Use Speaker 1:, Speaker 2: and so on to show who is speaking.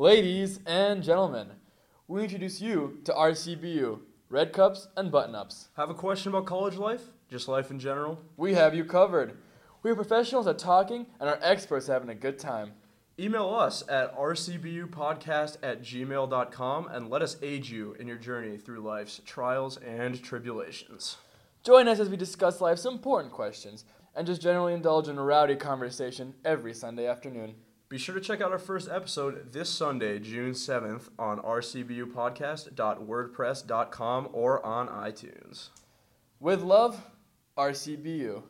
Speaker 1: Ladies and gentlemen, we introduce you to RCBU, Red Cups and Button Ups.
Speaker 2: Have a question about college life? Just life in general?
Speaker 1: We have you covered. We are professionals at talking and our experts at having a good time.
Speaker 2: Email us at rcbupodcast at gmail.com and let us aid you in your journey through life's trials and tribulations.
Speaker 1: Join us as we discuss life's important questions and just generally indulge in a rowdy conversation every Sunday afternoon.
Speaker 2: Be sure to check out our first episode this Sunday, June 7th, on rcbupodcast.wordpress.com or on iTunes.
Speaker 1: With love, RCBU.